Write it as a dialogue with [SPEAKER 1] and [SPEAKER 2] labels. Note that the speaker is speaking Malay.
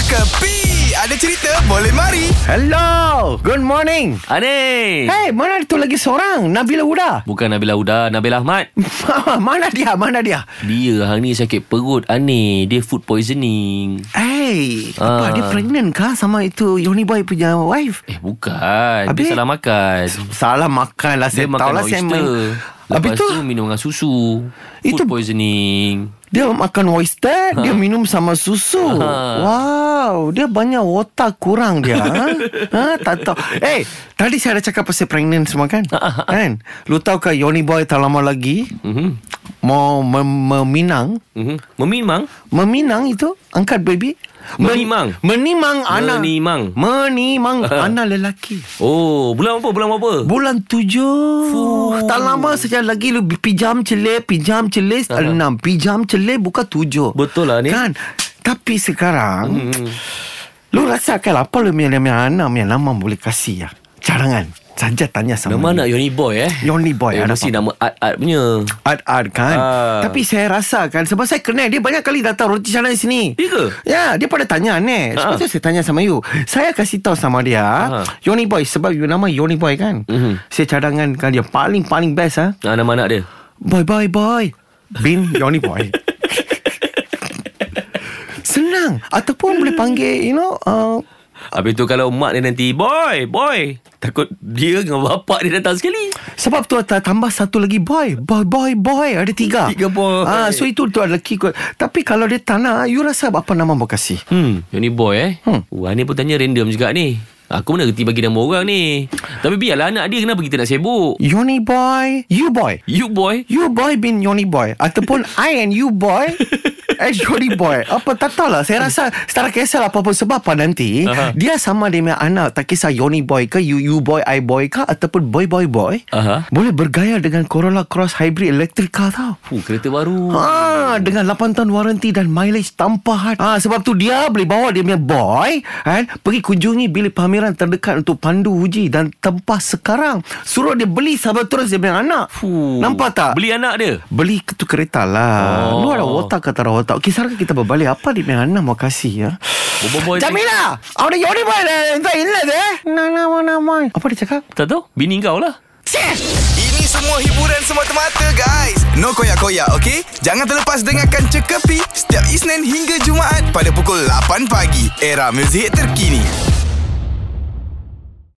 [SPEAKER 1] Kepi Ada cerita boleh mari
[SPEAKER 2] Hello, good morning.
[SPEAKER 3] Anis
[SPEAKER 2] Hey, mana tu lagi seorang? Nabila Huda.
[SPEAKER 3] Bukan Nabila Uda Nabil Ahmad
[SPEAKER 2] mana dia? Mana dia?
[SPEAKER 3] Dia hari ni sakit perut Anis Dia food poisoning
[SPEAKER 2] Hey,
[SPEAKER 3] Ah.
[SPEAKER 2] apa dia pregnant kah sama itu Yoni Boy punya wife?
[SPEAKER 3] Eh bukan Habis?
[SPEAKER 2] Habis?
[SPEAKER 3] Dia salah makan
[SPEAKER 2] Salah makan lah
[SPEAKER 3] Dia
[SPEAKER 2] saya tahu
[SPEAKER 3] makan
[SPEAKER 2] lah
[SPEAKER 3] oyster
[SPEAKER 2] saya main. Habis
[SPEAKER 3] Lepas
[SPEAKER 2] tu,
[SPEAKER 3] tu minum dengan susu Food
[SPEAKER 2] Itu-
[SPEAKER 3] poisoning
[SPEAKER 2] dia makan oyster, dia minum sama susu.
[SPEAKER 3] Ha.
[SPEAKER 2] Wow, dia banyak otak kurang dia. ha? ha, tak tahu. Eh, tadi saya ada cakap pasal pregnant semua kan?
[SPEAKER 3] Ha.
[SPEAKER 2] kan? Lu tahu ke Yoni Boy tak lama lagi
[SPEAKER 3] Mhm.
[SPEAKER 2] mau mem- meminang?
[SPEAKER 3] Mhm. Memimang
[SPEAKER 2] Meminang itu Angkat baby Men-
[SPEAKER 3] Menimang.
[SPEAKER 2] Menimang anak
[SPEAKER 3] Menimang.
[SPEAKER 2] Menimang anak lelaki
[SPEAKER 3] Oh Bulan apa Bulan apa
[SPEAKER 2] Bulan tujuh
[SPEAKER 3] Fuh.
[SPEAKER 2] Tak lama saja lagi Lu pijam celik Pijam celik
[SPEAKER 3] Aha.
[SPEAKER 2] Enam Pijam celik Bukan tujuh
[SPEAKER 3] Betul lah ni
[SPEAKER 2] Kan Tapi sekarang
[SPEAKER 3] Mhm.
[SPEAKER 2] Lu rasakan Apa lu punya punya anak Yang nama boleh kasih ya Carangan Saja tanya sama
[SPEAKER 3] Nama
[SPEAKER 2] dia.
[SPEAKER 3] anak Yoni Boy eh
[SPEAKER 2] Yoni Boy
[SPEAKER 3] Eh,
[SPEAKER 2] ada
[SPEAKER 3] mesti
[SPEAKER 2] apa?
[SPEAKER 3] nama Art-Art punya
[SPEAKER 2] Ad-ad kan
[SPEAKER 3] Ah.
[SPEAKER 2] Tapi saya rasa kan Sebab saya kenal Dia banyak kali datang Roti sana sini
[SPEAKER 3] Ya ke?
[SPEAKER 2] Ya Dia pada tanya ni Sebab
[SPEAKER 3] Ha.
[SPEAKER 2] tu saya tanya sama you Saya kasih tahu sama dia ah,
[SPEAKER 3] Ha.
[SPEAKER 2] Yoni Boy Sebab you nama Yoni Boy kan
[SPEAKER 3] Mhm.
[SPEAKER 2] Saya cadangan kan dia Paling-paling best ha?
[SPEAKER 3] ah, Nama anak dia
[SPEAKER 2] Boy boy boy Bin Yoni Boy Senang Ataupun boleh panggil You know uh,
[SPEAKER 3] Habis tu kalau mak dia nanti Boy Boy Takut dia dengan bapak dia datang sekali
[SPEAKER 2] Sebab tu ta- tambah satu lagi boy Boy boy boy Ada tiga
[SPEAKER 3] Tiga boy.
[SPEAKER 2] ah, So itu tu ada lelaki kot Tapi kalau dia tak nak You rasa apa nama mau kasih
[SPEAKER 3] Hmm, yang ni boy eh.
[SPEAKER 2] Hmm.
[SPEAKER 3] Hmm. Wah, ni pun tanya random juga ni. Aku mana reti bagi nama orang ni. Tapi biarlah anak dia kenapa kita nak sibuk.
[SPEAKER 2] Yoni boy You boy
[SPEAKER 3] You boy.
[SPEAKER 2] You boy bin Yoni boy Ataupun I and you boy As Yoni boy Apa tak tahu lah Saya rasa Tak kisah lah apa-apa Sebab apa nanti
[SPEAKER 3] Aha.
[SPEAKER 2] Dia sama dia punya anak Tak kisah Yoni boy ke You you boy I boy ke Ataupun boy boy boy
[SPEAKER 3] Aha.
[SPEAKER 2] Boleh bergaya dengan Corolla Cross Hybrid Electric Car tau
[SPEAKER 3] Fuh, kereta baru.
[SPEAKER 2] Ah, dengan 8 tahun waranti dan mileage tanpa had. Ah, sebab tu dia boleh bawa dia punya boy kan, pergi kunjungi bilik pameran terdekat untuk pandu uji dan tempah sekarang. Suruh dia beli sahabat terus dia punya anak.
[SPEAKER 3] Fuh.
[SPEAKER 2] Nampak tak?
[SPEAKER 3] Beli anak dia.
[SPEAKER 2] Beli ke tu kereta lah oh. Lu
[SPEAKER 3] Oh.
[SPEAKER 2] ada otak ke tak ada otak Okay sekarang kita berbalik Apa dia punya anak mau kasih ya
[SPEAKER 3] Bobo boy.
[SPEAKER 2] Jamila Ada Yoni boy Entah inlet eh Nah nah nah nah nah. Apa dia cakap
[SPEAKER 3] Tak tahu? Bini kau lah.
[SPEAKER 1] Ini semua hiburan semata-mata guys No koyak-koyak ok Jangan terlepas dengarkan Cekapi Setiap Isnin hingga Jumaat Pada pukul 8 pagi Era muzik terkini